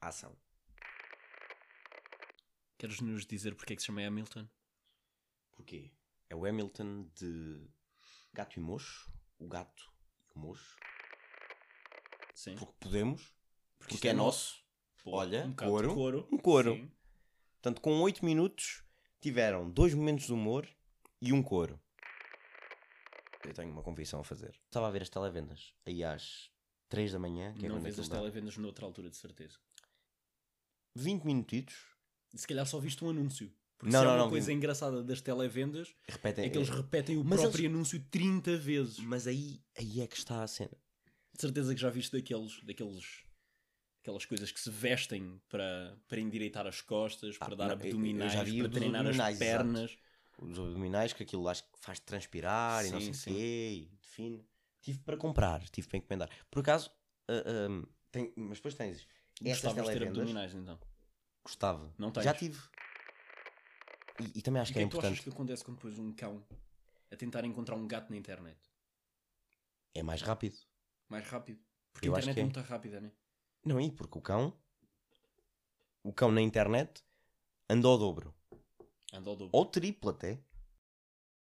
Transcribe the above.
Ação. Queres nos dizer porque é que se chama Hamilton? Porquê? É o Hamilton de Gato e Mocho, o Gato e o Mocho. Sim. Porque podemos, porque, isto é, nosso. Pô, Olha, um bocado de couro. couro. Um couro. Sim. Portanto, com 8 minutos, tiveram dois momentos de humor e um coro. Eu tenho uma confissão a fazer. Estava a ver as televendas aí às 3 da manhã, que é Não quando vês aquilo as dá. televendas noutra altura, de certeza. 20 minutitos, E Se calhar só viste um anúncio. Porque Não, se não, há uma não, coisa vi- engraçada das televendas repetem. é que eles repetem o Mas próprio anúncio 30 vezes. Mas aí, aí é que está a cena. De certeza que já viste daqueles, daqueles aquelas coisas que se vestem para, para endireitar as costas, Ah, para dar não, eu- eu abdominais, já vi para dos treinar as abdominais, exato. pernas. Os abdominais, que aquilo acho que faz transpirar e não Sim, sei sim. o quê, e define. Tive para comprar, tive para encomendar. Por acaso, ah, ah, tem- mas depois tens essas Gostavas de ter televendas. abdominais, então. Gostava. Não tens. Já tive. E, e também acho E o que que é é que tu achas importante. que acontece quando pões um cão a tentar encontrar um gato na internet? É mais rápido. Mais rápido. Porque Eu a acho internet que é é. muito rápida, né? Não, e porque o cão. O cão na internet anda ao dobro. Anda ao dobro. Ou triplo até.